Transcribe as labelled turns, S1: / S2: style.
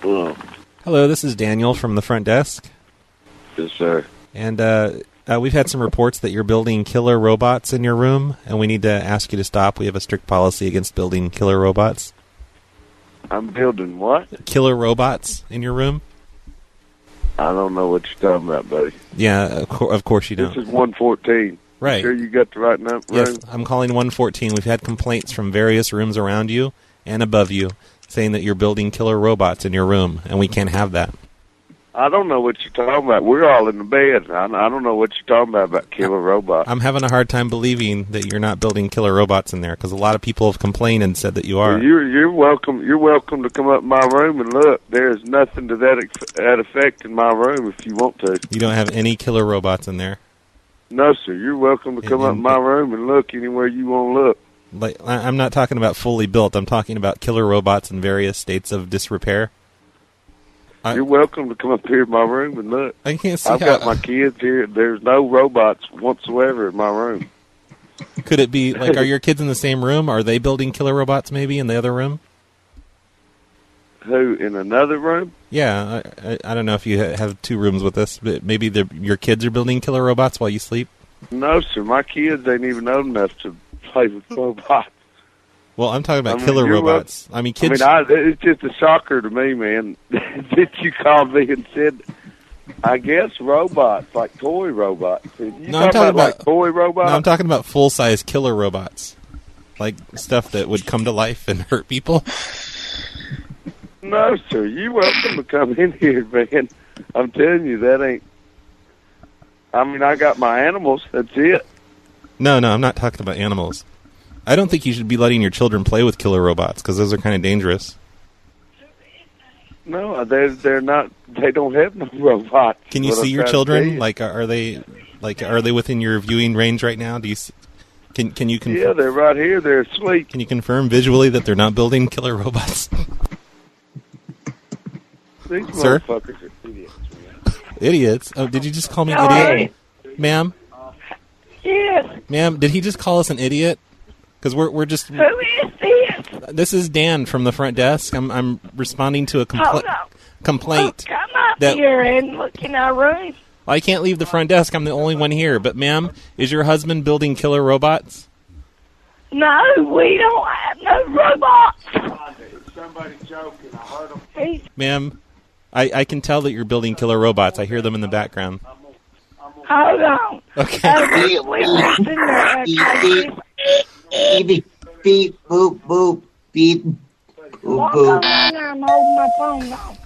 S1: Boom.
S2: Hello, this is Daniel from the front desk,
S1: Yes, sir.
S2: and uh, uh, we've had some reports that you're building killer robots in your room, and we need to ask you to stop. We have a strict policy against building killer robots.
S1: I'm building what?
S2: Killer robots in your room?
S1: I don't know what you're talking about, buddy.
S2: Yeah, of, cour of course you
S1: This
S2: don't.
S1: is 114.
S2: Right.
S1: Sure, you got the right number.
S2: Yes, I'm calling 114. We've had complaints from various rooms around you and above you saying that you're building killer robots in your room, and we can't have that.
S1: I don't know what you're talking about. We're all in the bed. I, I don't know what you're talking about about killer robot.
S2: I'm having a hard time believing that you're not building killer robots in there because a lot of people have complained and said that you are.
S1: Well, you're you're welcome. You're welcome to come up my room and look. There is nothing to that ex- that effect in my room if you want to.
S2: You don't have any killer robots in there.
S1: No, sir. You're welcome to come up
S2: and-
S1: my room and look anywhere you want to look.
S2: Like I- I'm not talking about fully built. I'm talking about killer robots in various states of disrepair. I-
S1: You're welcome to come up here to my room and look.
S2: I can't see
S1: I've
S2: how.
S1: got my kids here. There's no robots whatsoever in my room.
S2: could it be like? Are your kids in the same room? Are they building killer robots maybe in the other room?
S1: Who in another room?
S2: Yeah, I, I, I don't know if you ha- have two rooms with us, but maybe the, your kids are building killer robots while you sleep.
S1: No, sir. My kids ain't even old enough to play with robots.
S2: Well, I'm talking about
S1: I mean,
S2: killer
S1: you're wel-
S2: robots. I mean, kids.
S1: I mean, I, it's just a shocker to me, man, that you called me and said, I guess robots, like toy robots. You
S2: No, I'm talking about-
S1: like toy
S2: no,
S1: robots?
S2: I'm talking about full size killer robots, like stuff that would come to life and hurt people.
S1: no, sir. You're welcome to come in here, man. I'm telling you, that ain't. I mean, I got my animals. That's it.
S2: No, no, I'm not talking about animals. I don't think you should be letting your children play with killer robots because those are kind of dangerous.
S1: No, uh, they're they're not. They don't have no robots.
S2: Can you
S1: What I'm
S2: see your
S1: trying to tell
S2: children?
S1: you.
S2: Like, are, are they like are they within your viewing range right now? Do you s can can you confirm,
S1: yeah, they're right here. They're asleep.
S2: can you confirm visually that they're not building killer robots?
S1: These
S2: Sir?
S1: motherfuckers are idiots. Man.
S2: Idiots! Oh, did you just call me an
S3: Sorry.
S2: idiot, ma'am?
S3: Yes.
S2: Ma'am, did he just call us an idiot? Because we're we're just
S3: Who is this?
S2: this is Dan from the front desk. I'm I'm responding
S1: Oh,
S2: to a
S3: Hold
S2: compla-
S3: on.
S2: complaint.
S3: Oh, come up
S2: that-
S3: here and look in our room.
S2: I can't leave the front desk. I'm the only one here. But ma'am, is your husband building killer robots?
S3: No, we don't have no robots.
S1: Somebody joking. I heard them.
S3: He's
S2: Ma'am, I, I can tell that you're building killer robots. I hear them in the background.
S3: Hold on.
S2: Okay.
S3: Oh, we, we was in there. Okay.
S4: Beep, beep, beep, boop, boop, beep, boop,
S3: Walk over
S4: boop.
S3: and I'm holding my phone on.